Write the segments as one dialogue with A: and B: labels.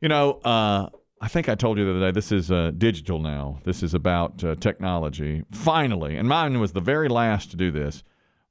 A: You know, uh, I think I told you the other day, this is uh, digital now. This is about uh, technology. Finally, and mine was the very last to do this.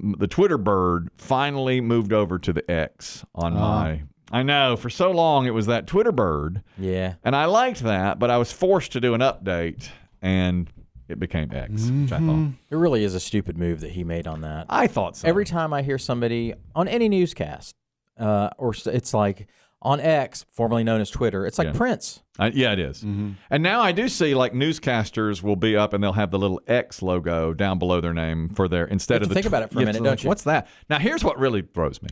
A: M- The Twitter bird finally moved over to the X on my. I know, for so long it was that Twitter bird.
B: Yeah.
A: And I liked that, but I was forced to do an update and it became X, which I thought.
B: It really is a stupid move that he made on that.
A: I thought so.
B: Every time I hear somebody on any newscast, uh, or s- it's like on X, formerly known as Twitter, it's like Prince.
A: I, yeah, it is.
B: Mm-hmm.
A: And now I do see like newscasters will be up and they'll have the little X logo down below their name for their instead
B: have
A: of the
B: to think about it for a
A: have to
B: minute, don't
A: think,
B: you?
A: What's that? Now here's what really throws me.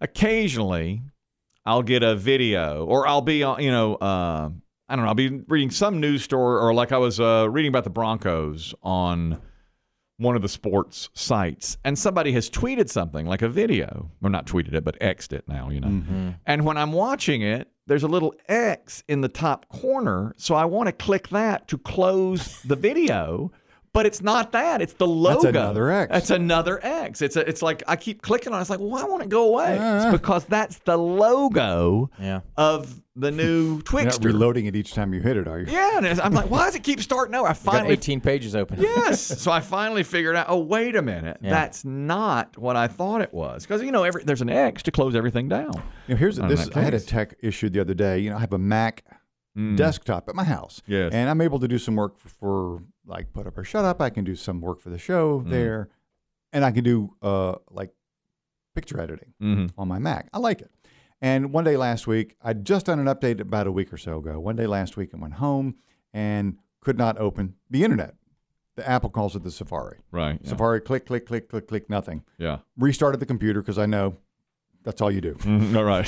A: Occasionally, I'll get a video or I'll be on you know uh, I don't know I'll be reading some news story or like I was uh, reading about the Broncos on one of the sports sites and somebody has tweeted something like a video or not tweeted it but xed it now you know and when i'm watching it there's a little x in the top corner so i want to click that to close the video but it's not that it's the logo
C: another X.
A: that's another x it's a, it's like i keep clicking on it. it's like why won't it go away it's because that's the logo
B: Yeah.
A: of the new
C: You're not
A: twixter
C: reloading it each time you hit it, are you?
A: yeah and it's- i'm like why does it keep starting over i
B: Got
A: finally
B: 18 pages open.
A: yes. So I finally figured out. Oh, wait a minute. That's not what I thought it was. Because you know, every, there's an X to close everything down.
C: You know, here's
A: On
C: this.
A: that
C: I had a
A: case. Hmm.
C: tech issue the other day. You know, I have a Mac
A: Mm.
C: desktop at my house.
A: Yes.
C: And I'm able to do some work for, for like put up or shut up. I can do some work for the show
A: Hmm.
C: there, and I can do uh like picture editing
A: Hmm. Mm-hmm.
C: on my Mac. I like it. And one day last week, I'd just done an update about a week or so ago. One day last week, I went home and could not open the internet. The Apple calls it the Safari.
A: Right. Yeah.
C: Safari, click, click, click, click, click, nothing.
A: yeah.
C: Restarted the computer because I know that's all you do.
A: Mhm, All right.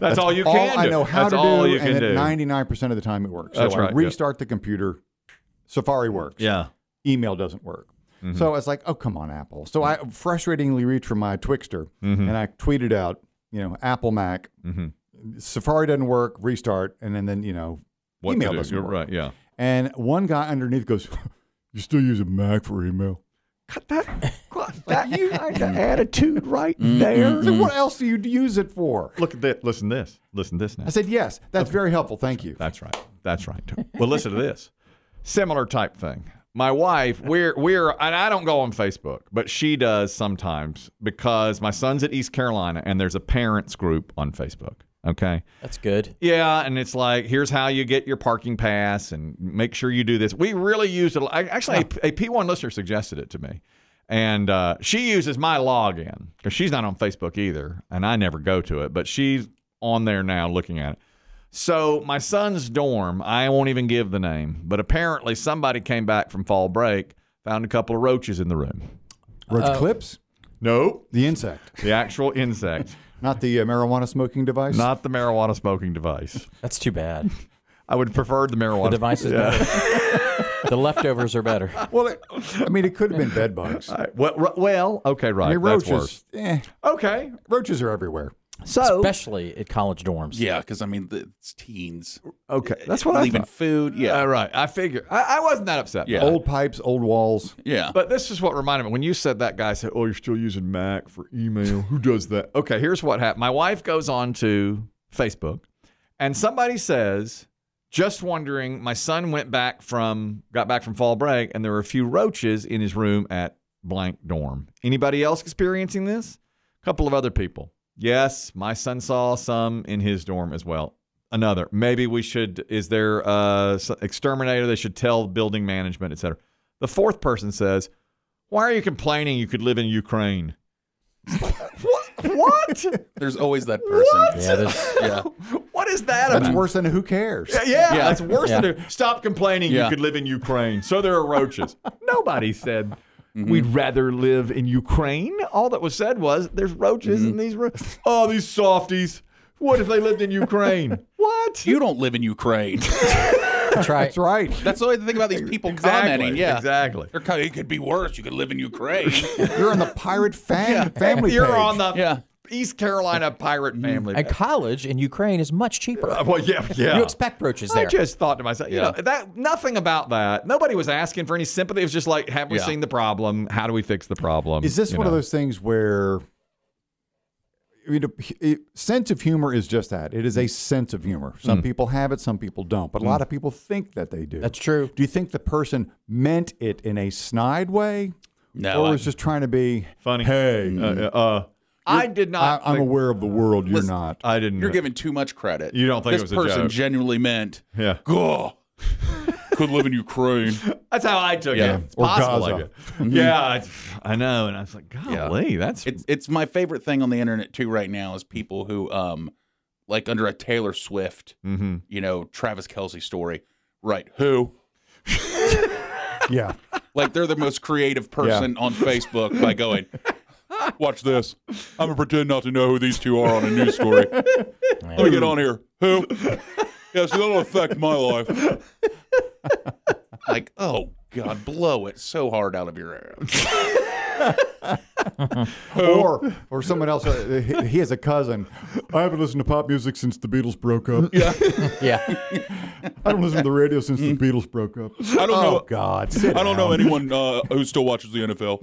A: that's, all you can
C: all I
A: do.
C: know how
A: that's
C: to
A: all
C: do,
A: you can
C: and
A: do.
C: ninety-nine percent of the time it works.
A: That's
C: so
A: right,
C: I
A: yeah.
C: restart the computer, Safari works.
A: yeah. Mm-hmm.
C: Email doesn't work. So it's like, oh come on, Apple. So I frustratingly reached for my Twixter
A: Mm-hmm.
C: and I tweeted out, you know, Apple Mac, Safari doesn't work, restart, and then then you know,
A: Mm-hmm. What to
C: email
A: do.
C: doesn't
A: You're
C: work.
A: right. Yeah.
C: And one guy underneath goes, "You still use a Mac for email?"
A: Cut that. that you the attitude right there.
C: I said, what else do you use it for?
A: Mm-hmm. Look at that. Listen to this. Listen to this now.
C: I said, "Yes, that's very helpful. Thank you."
A: That's right. That's right. well, listen to this. Similar type thing. My wife, we're we're and I don't go on Facebook, but she does sometimes because my son's at East Carolina and there's a parents group on Facebook. Okay.
B: That's good.
A: Yeah, and it's like here's how you get your parking pass and make sure you do this. We really used it. I, actually, a, a P1 listener suggested it to me, and uh, she uses my login because she's not on Facebook either, and I never go to it, but she's on there now looking at it. So my son's dorm, I won't even give the name, but apparently somebody came back from fall break, found a couple of roaches in the room.
C: Roach clips,
A: Nope,
C: the insect,
A: the actual insect,
C: not the uh, marijuana smoking device.
A: not the marijuana smoking device.
B: That's too bad.
A: I would prefer the marijuana
B: The device is better. the leftovers are better.
C: Well, it, I mean, it could have been bed bugs.
A: All right. Well, ro- well, okay, right.
C: I mean,
A: That's
C: roaches. Eh,
A: worse. Okay.
C: roaches are everywhere.
A: So
B: Especially at college dorms.
D: Yeah, because I mean, the- it's teens.
A: okay, that's what I
D: leaving
A: thought.
D: food. Yeah,
A: All right. I figure I, I wasn't that upset.
D: Yeah.
C: Old pipes, old walls.
D: yeah.
A: But this is what reminded me when you said that guy said, "Oh, you're still using Mac for email. Who does that?" Okay, here's what happened. My wife goes on to Facebook, and somebody says, "Just wondering, my son went back from got back from fall break, and there were a few roaches in his room at blank dorm. Anybody else experiencing this? A couple of other people. Yes, my son saw some in his dorm as well." Another. Maybe we should. Is there a s- exterminator? They should tell building management, et cetera. The fourth person says, Why are you complaining you could live in Ukraine? what? What?
D: There's always that person.
B: Yeah, there's-
D: Yeah.
A: what is that
C: That's
A: about?
C: worse than who cares.
A: yeah,
D: Yeah.
A: that's worse
B: Yeah.
A: than stop complaining you
D: Yeah.
A: could live in Ukraine. So there are roaches. Nobody said we'd rather live in Ukraine. All that was said was there's roaches in these rooms. Oh, these softies. What if they lived in Ukraine? what?
D: You don't live in Ukraine.
B: That's right.
C: That's right.
D: That's the only thing about these people commenting. Yeah.
A: Exactly.
D: They're kind of, it could be worse. You could live in Ukraine.
C: You're on the pirate fam- family
A: You're
C: page.
A: on the
D: Yeah.
A: East Carolina pirate family.
B: And college in Ukraine is much cheaper.
A: well, yeah, Oh, yeah.
B: You expect roaches
A: I
B: there.
A: just thought to myself, you
D: Yeah.
A: know, that nothing about that. Nobody was asking for any sympathy. It was just like, have we
D: Yeah.
A: seen the problem? How do we fix the problem?
C: Is this
A: You
C: one of
A: know.
C: those things where I mean, it, sense of humor is just that. It is a sense of humor. Some
A: Mm.
C: people have it, some people don't. But a lot of people think that they do.
B: That's true.
C: Do you think the person meant it in a snide way,
D: No,
C: or
D: I-
C: was just trying to be
A: Funny.
C: Hey,
A: Uh, uh, I did
D: Uh,
C: I,
A: not.
C: I'm
A: think-
C: aware of the world. You're not.
A: I didn't.
D: You're giving too much credit.
A: You don't think
D: this
A: it was a
D: person
A: joke.
D: genuinely meant?
A: Yeah.
D: Gah, could live in Ukraine.
A: That's how I took
D: Yeah.
A: it. It's
C: Or
A: possible
C: Gaza.
A: I did. yeah, I, I know. And I was like, golly, that's
D: It's it's my favorite thing on the internet too right now is people who um like under a Taylor Swift,
A: hmm
D: you know, Travis Kelsey story, right? Who
C: yeah.
D: like they're the most creative person on Facebook by going, watch this. I'm gonna pretend not to know who these two are on a news story. Let me get on here. Who? Yeah, so that'll affect my life. Like, oh God, blow it so hard out of your ass.
C: Or or someone else. uh, he- He has a cousin. I haven't listened to pop music since the Beatles broke up.
B: Yeah.
C: I don't listen to the radio since the Beatles broke up.
D: Mm. I don't
C: Oh
D: know.
C: God. sit
D: I don't
C: down.
D: know anyone uh, who still watches the NFL.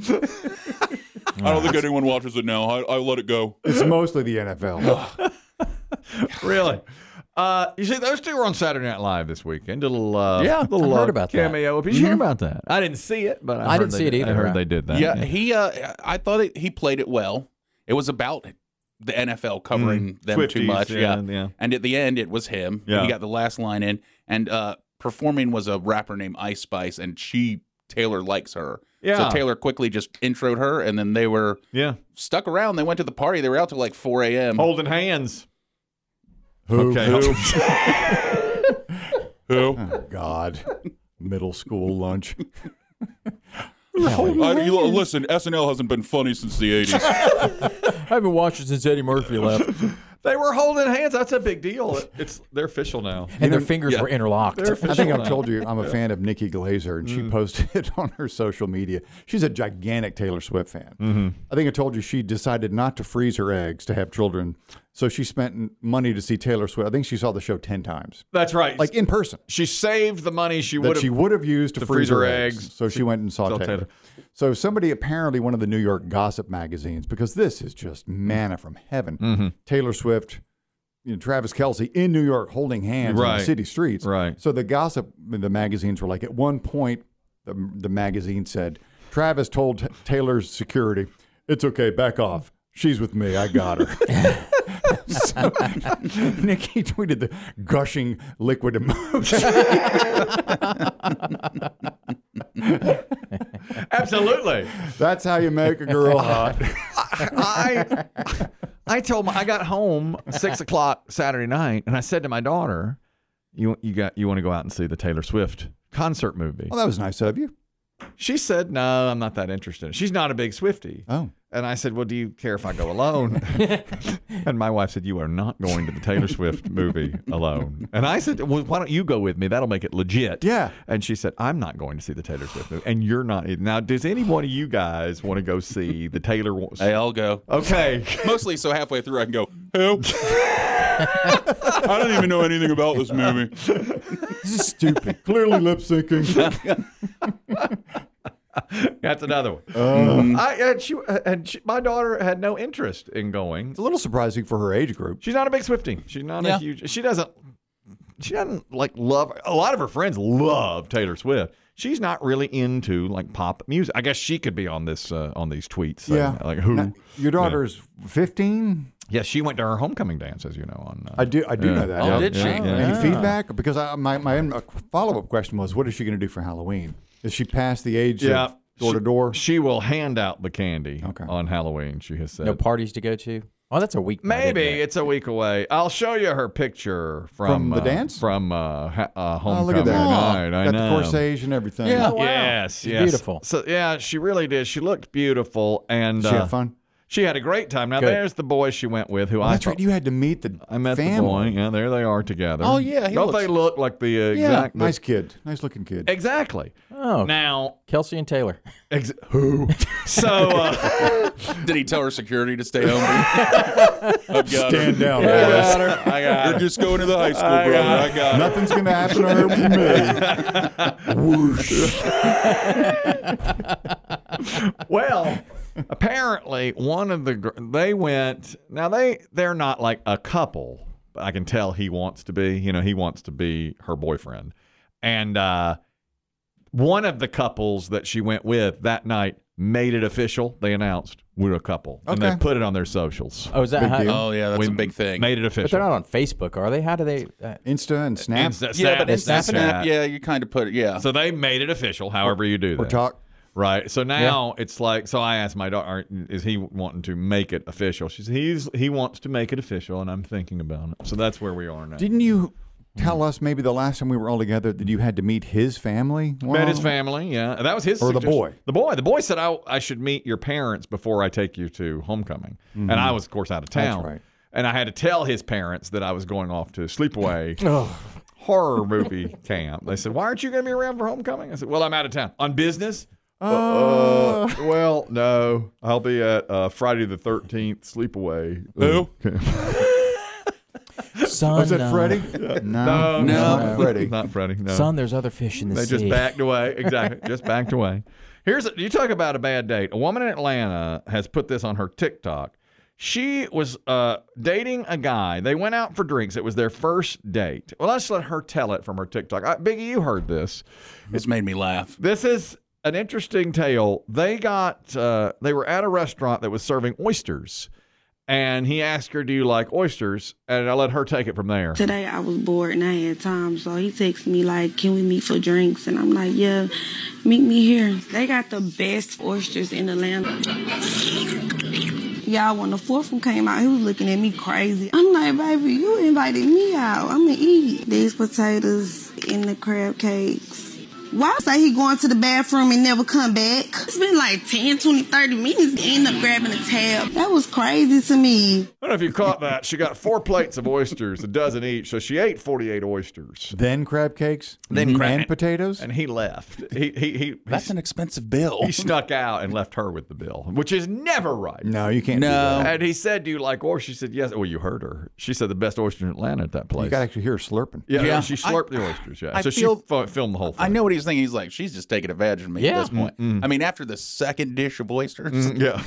D: I don't think anyone watches it now. I, I let it go.
C: It's mostly the NFL.
A: really. Uh, you see, those two were on Saturday Night Live this weekend. A little, uh,
D: Yeah,
A: little
B: I heard
A: uh,
B: about that.
A: cameo. Did you hear about that? I didn't see it, but I,
B: I
A: heard
B: didn't
A: they
B: see it
A: did- I
B: either,
A: heard
B: right.
A: they did that.
D: Yeah, he. Uh, I thought it, he played it well. It was about the NFL covering them too
A: Swifties,
D: much.
A: yeah,
D: Mm. Yeah.
A: yeah.
D: And at the end, it was him.
A: Yeah.
D: He got the last line in, and uh, performing was a rapper named Ice Spice, and she Taylor likes her.
A: Yeah.
D: So Taylor quickly just introed her, and then they were
A: Yeah.
D: stuck around. They went to the party. They were out till like 4 a.m.
A: Holding hands.
C: Who?
A: Okay.
C: Who?
D: Who?
C: Oh, God. Middle school lunch.
D: I, oh, you- listen, SNL hasn't been funny since the 80s.
B: I haven't watched it since Eddie Murphy left, and
A: They were holding hands. That's a big deal. It- It's they're official now.
B: their fingers were interlocked.
A: They're
C: I
A: official
C: think
A: now.
C: I've told you I'm a fan of Nikki Glazer, and she posted it on her social media. She's a gigantic Taylor Swift fan. I think I told you she decided not to freeze her eggs to have children, so she spent n- money to see Taylor Swift. I think she saw the show ten times,
A: That's right.
C: like in person,
A: she saved the money she would
C: that
A: have.
C: she would have used to, freeze, her eggs. So she went and saw
A: saw
C: Taylor.
A: Taylor.
C: So somebody apparently one of the New York gossip magazines, because this is just
A: Mm.
C: manna from heaven.
A: Mm-hmm.
C: Taylor Swift. You know, Travis Kelsey in New York holding hands on
A: Right.
C: the city streets.
A: Right.
C: So the gossip, the magazines were like, at one point, the, the magazine said, Travis told T- Taylor's security, it's okay, back off. She's with me. I got her. so Nikki tweeted the gushing liquid emoji.
A: Absolutely.
C: That's how you make a girl hot.
A: I I told my I got home six o'clock Saturday night, and I said to my daughter, "You you got you want to go out and see the Taylor Swift concert movie?"
C: Well, that was nice of you.
A: She said, "No, I'm not that interested." She's not a big Swifty.
C: Oh.
A: And I said, "Well, do you care if I go alone?" and my wife said, "You are not going to the Taylor Swift movie alone." And I said, "Well, why don't you go with me? That'll make it legit."
C: Yeah.
A: And she said, "I'm not going to see the Taylor Swift movie, and you're not either." Now, does any one of you guys want to go see the Taylor?
D: Hey, I'll go.
A: Okay.
D: Mostly so halfway through I can go, who? I don't even know anything about this movie.
C: This is stupid. Clearly lip syncing.
A: That's another one.
C: Oh.
A: I, and she, and she, my daughter had no interest in going.
C: It's a little surprising for her age group.
A: She's not a big Swiftie. She's not a
D: Yeah.
A: huge. She doesn't. She doesn't like love. A lot of her friends love Taylor Swift. She's not really into like pop music. I guess she could be on this uh, on these tweets. saying,
C: Yeah.
A: like who?
C: Now, your daughter's 15?
A: yeah, she went to her homecoming dance, as you know. On uh,
C: I do. I do know that.
D: Oh,
C: Yeah.
D: did she?
C: Any feedback? Because I, my my follow up question was, what is she going to do for Halloween? Is she past the age
A: Yeah.
C: of door to
A: She-
C: door?
A: She will hand out the candy
C: Okay.
A: on Halloween. She has said.
B: no parties to go to. Oh, that's a week.
A: Maybe it's a week away. I'll show you her picture from,
C: From the
A: uh,
C: dance?
A: from uh, ha- uh,
C: Oh,
A: homecoming
C: look at that!
A: night. I
C: Got
A: know.
C: the corsage and everything.
D: Yeah.
A: Yes,
B: She's
A: yes.
B: beautiful.
A: So yeah, she really did. She looked beautiful, and
C: Did she
A: uh,
C: have fun? Oh,
A: she had a great time. Now
B: Good.
A: there's the boy she went with, who I
C: That's
A: thought-
C: right. You had to meet the
A: I met the boy.
C: family.
A: Yeah, there they are together.
D: Oh, yeah, he
A: don't
D: looks-
A: they look like the uh,
C: Yeah,
A: exact
C: nice kid, nice looking kid.
A: Exactly.
B: Oh,
A: Now,
B: Kelsey and Taylor.
A: ex- who? so uh,
D: Did he tell her security to stay home? I've got
C: Stand
D: her.
C: down,
D: Yes.
C: boy.
A: I got
D: You're just going to the high school, brother. I got her.
C: Nothing's gonna happen to her with me. Whoosh.
A: Well, apparently one of the gr- they went now they they're not like a couple but i can tell he wants to be you know he wants to be her boyfriend and uh one of the couples that she went with that night made it official they announced we're a couple and they
C: Okay.
A: put it on their socials
B: Oh, is that
C: Big
B: how?
C: deal.
D: Oh yeah, that's
A: We
D: a big thing.
A: made it
B: But they're
A: official
B: not on Facebook, are they? How do they? Uh,
C: Insta and Snap
A: Insta-
D: yeah, but it's
A: Snap,
D: Snap,
A: Snap.
D: yeah, you kind of put it. Yeah,
A: so they made it official however you do that
C: or talk.
A: Right. So now it's like so I asked my daughter is he wanting to make it official? She said he's he wants to make it official and I'm thinking about it. So that's where we are now.
C: Didn't you tell us maybe the last time we were all together that you had to meet his family?
A: Met
C: Well,
A: his family, yeah. And That was his
C: Um, Or the
A: suggestion.
C: boy.
A: The boy. The boy said I I should meet your parents before I take you to homecoming. And I was of course out of town.
C: Mm-hmm. right.
A: And I had to tell his parents that I was going off to sleepaway horror movie camp. They said, "Why aren't you going to be around for homecoming?" I said, "Well, I'm out of town on business." Uh, well, no. I'll be at uh, Friday the 13th sleepaway.
D: Who?
B: son,
C: Was it
B: uh,
C: Freddie?
A: No,
C: No,
D: no.
C: not Freddie.
A: Uh, Not Freddie, no.
B: Son, there's other fish in the
A: they
B: sea.
A: just backed away. Exactly. just backed away. Here's a, you talk about a bad date. A woman in Atlanta has put this on her TikTok. She was uh, dating a guy. They went out for drinks. It was their first date. Well, let's let her tell it from her TikTok. Uh, Biggie, you heard this.
D: It's made me laugh.
A: This is an interesting tale. They got uh, they were at a restaurant that was serving oysters, and he asked her, "Do you like oysters?" And I let her take it from there.
E: Today I was bored and I had time, so he texted me like, "Can we meet for drinks?" And I'm like, "Yeah, meet me here." They got the best oysters in Atlanta. Y'all, when the fourth one came out, he was looking at me crazy. I'm like, "Baby, you invited me out. I'ma eat these potatoes and the crab cakes." Why say he going to the bathroom and never come back? It's been like 10, 20, 30 minutes. End up grabbing a tab. That was crazy to me.
A: I don't know if you caught that. She got four plates of oysters, a dozen each, so she ate forty-eight oysters.
C: Then crab cakes. Mm-hmm.
A: Then crab-
C: and potatoes.
A: And he left. He he he,
D: That's an expensive bill.
A: he snuck out and left her with the bill, which is never right.
C: no, you can't. do
D: No.
A: And he said, "Do you like oysters?" She said, "Yes." Well, you heard her. She said the best oyster in Atlanta at that
C: that.
A: place.
C: You got to actually hear her slurping.
A: yeah,
D: Yeah.
A: she slurped the oysters. Yeah,
D: I
A: so she
D: feel-
A: fi- filmed the whole thing.
D: I know what he's thinking. He's like, she's just taking advantage of me
B: Yeah.
D: at this point. I mean, after the second dish of oysters,
A: Yeah.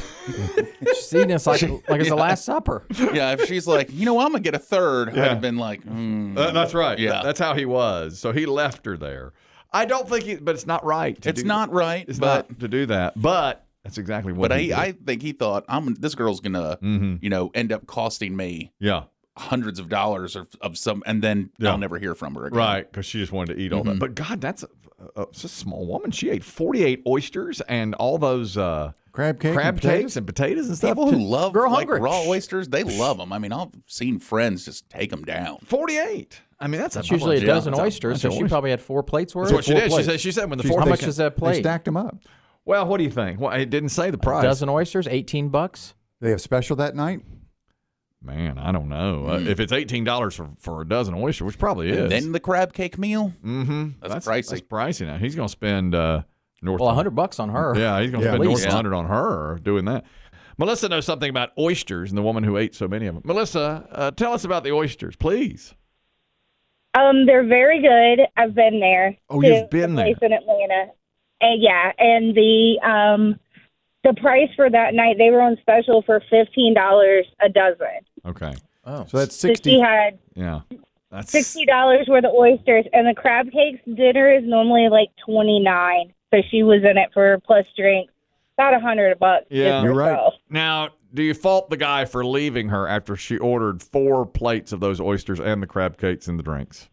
B: She's eating us like, like it's the Last Supper.
D: yeah, if she's like, you know, I'm gonna get a third, I'd
A: Yeah.
D: have been like, hmm.
A: Uh, that's right.
D: Yeah.
A: Th- that's how he was. So he left her there. I don't think he, but it's not right. To
D: it's
A: do-
D: not right,
A: It's
D: but
A: not to do that. But that's exactly what.
D: but I
A: he did.
D: I think he Mm-hmm. thought I'm this girl's gonna you know end up costing me
A: yeah,
D: hundreds of dollars of, of some, and then I'll never hear from her again.
A: right, because she just wanted to eat all
D: Mm-hmm.
A: that. But God, that's a, a, it's a small woman. She ate forty-eight oysters and all those uh,
C: Crab cake.
A: crab
C: and potatoes?
A: cakes and potatoes and stuff.
D: People who
A: too.
D: love
B: Girl
D: like
B: hungry.
D: raw oysters, they love them. I mean, I've seen friends just take them down.
A: forty-eight. I mean, that's,
B: It's usually a
A: bunch.
B: dozen
A: Yeah, that's
B: oysters,
A: bunch
B: so
A: of
B: she
A: oysters.
B: probably had four plates worth.
A: That's what she
C: four
A: did. She
C: plates.
A: said she said when the
C: She's-
A: fourth
B: How
A: one
B: much
A: came-
B: is that
C: They
B: plate?
C: stacked them up.
A: Well, what do you think? Well, it didn't say the price.
B: dozen oysters, eighteen bucks.
C: They have special that night.
A: Man, I don't know. Uh, if it's eighteen dollars for, for a dozen oysters, which probably is,
D: And then the crab cake meal.
A: mm-hmm.
D: That's pricey.
A: That's pricey now. He's going to spend uh, north.
B: Well, hundred bucks on her.
A: Yeah, he's going to
C: Yeah,
A: spend
B: at
A: north
B: least.
A: of hundred on her doing that. Melissa knows something about oysters and the woman who ate so many of them. Melissa, uh, tell us about the oysters, please.
F: Um, they're very good. I've been there.
A: Oh,
F: to
A: you've been
F: the place in Atlanta. And yeah, and the um, the price for that night they were on special for fifteen dollars a dozen.
A: Okay,
B: Oh,
C: So that's
F: So she
C: sixty.
F: had
A: yeah, that's
F: sixty dollars worth of oysters, and the crab cakes dinner is normally like twenty nine. So she was in it for plus drinks, about a hundred bucks. just
A: Yeah.
C: You're right.
F: herself.
A: Now, do you fault the guy for leaving her after she ordered four plates of those oysters and the crab cakes and the drinks?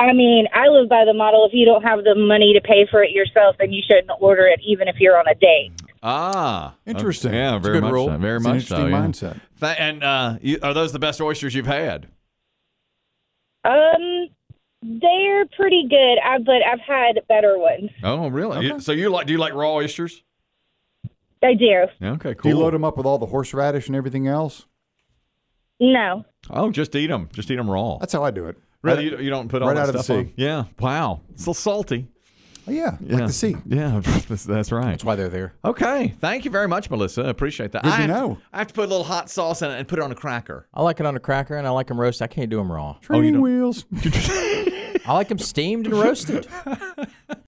F: I mean, I live by the model: if you don't have the money to pay for it yourself, then you shouldn't order it, even if you're on a date.
A: Ah,
C: Interesting.
A: Okay. Yeah,
C: It's a
A: very
C: good
A: much
C: rule.
A: so. Very
C: It's an
A: much so.
C: interesting
A: yeah. Th- and uh, you, are those the best oysters you've had?
F: Um, they're pretty good, I, but I've had better ones.
A: Oh, really? You- so you like? Do you like raw oysters?
F: I do.
A: Yeah, okay,
C: Do
A: cool.
C: you load them up with all the horseradish and everything else?
F: No.
A: Oh, just eat them. Just eat them raw.
C: That's how I do it.
A: Really, you, you don't put all
C: right
A: that
C: out of the
A: stuff on?
C: sea.
A: Yeah. Wow. It's a little salty.
C: Oh, yeah,
A: Yeah.
C: like the sea.
A: Yeah, that's, that's right.
B: that's why they're there.
A: Okay. Thank you very much, Melissa. I appreciate that.
C: Good
A: I
C: to
A: have,
C: know.
A: I have to put a little hot sauce in it and put it on a cracker.
B: I like it on a cracker, and I like them roasted. I can't do them raw.
C: Training wheels.
B: I like them steamed and roasted.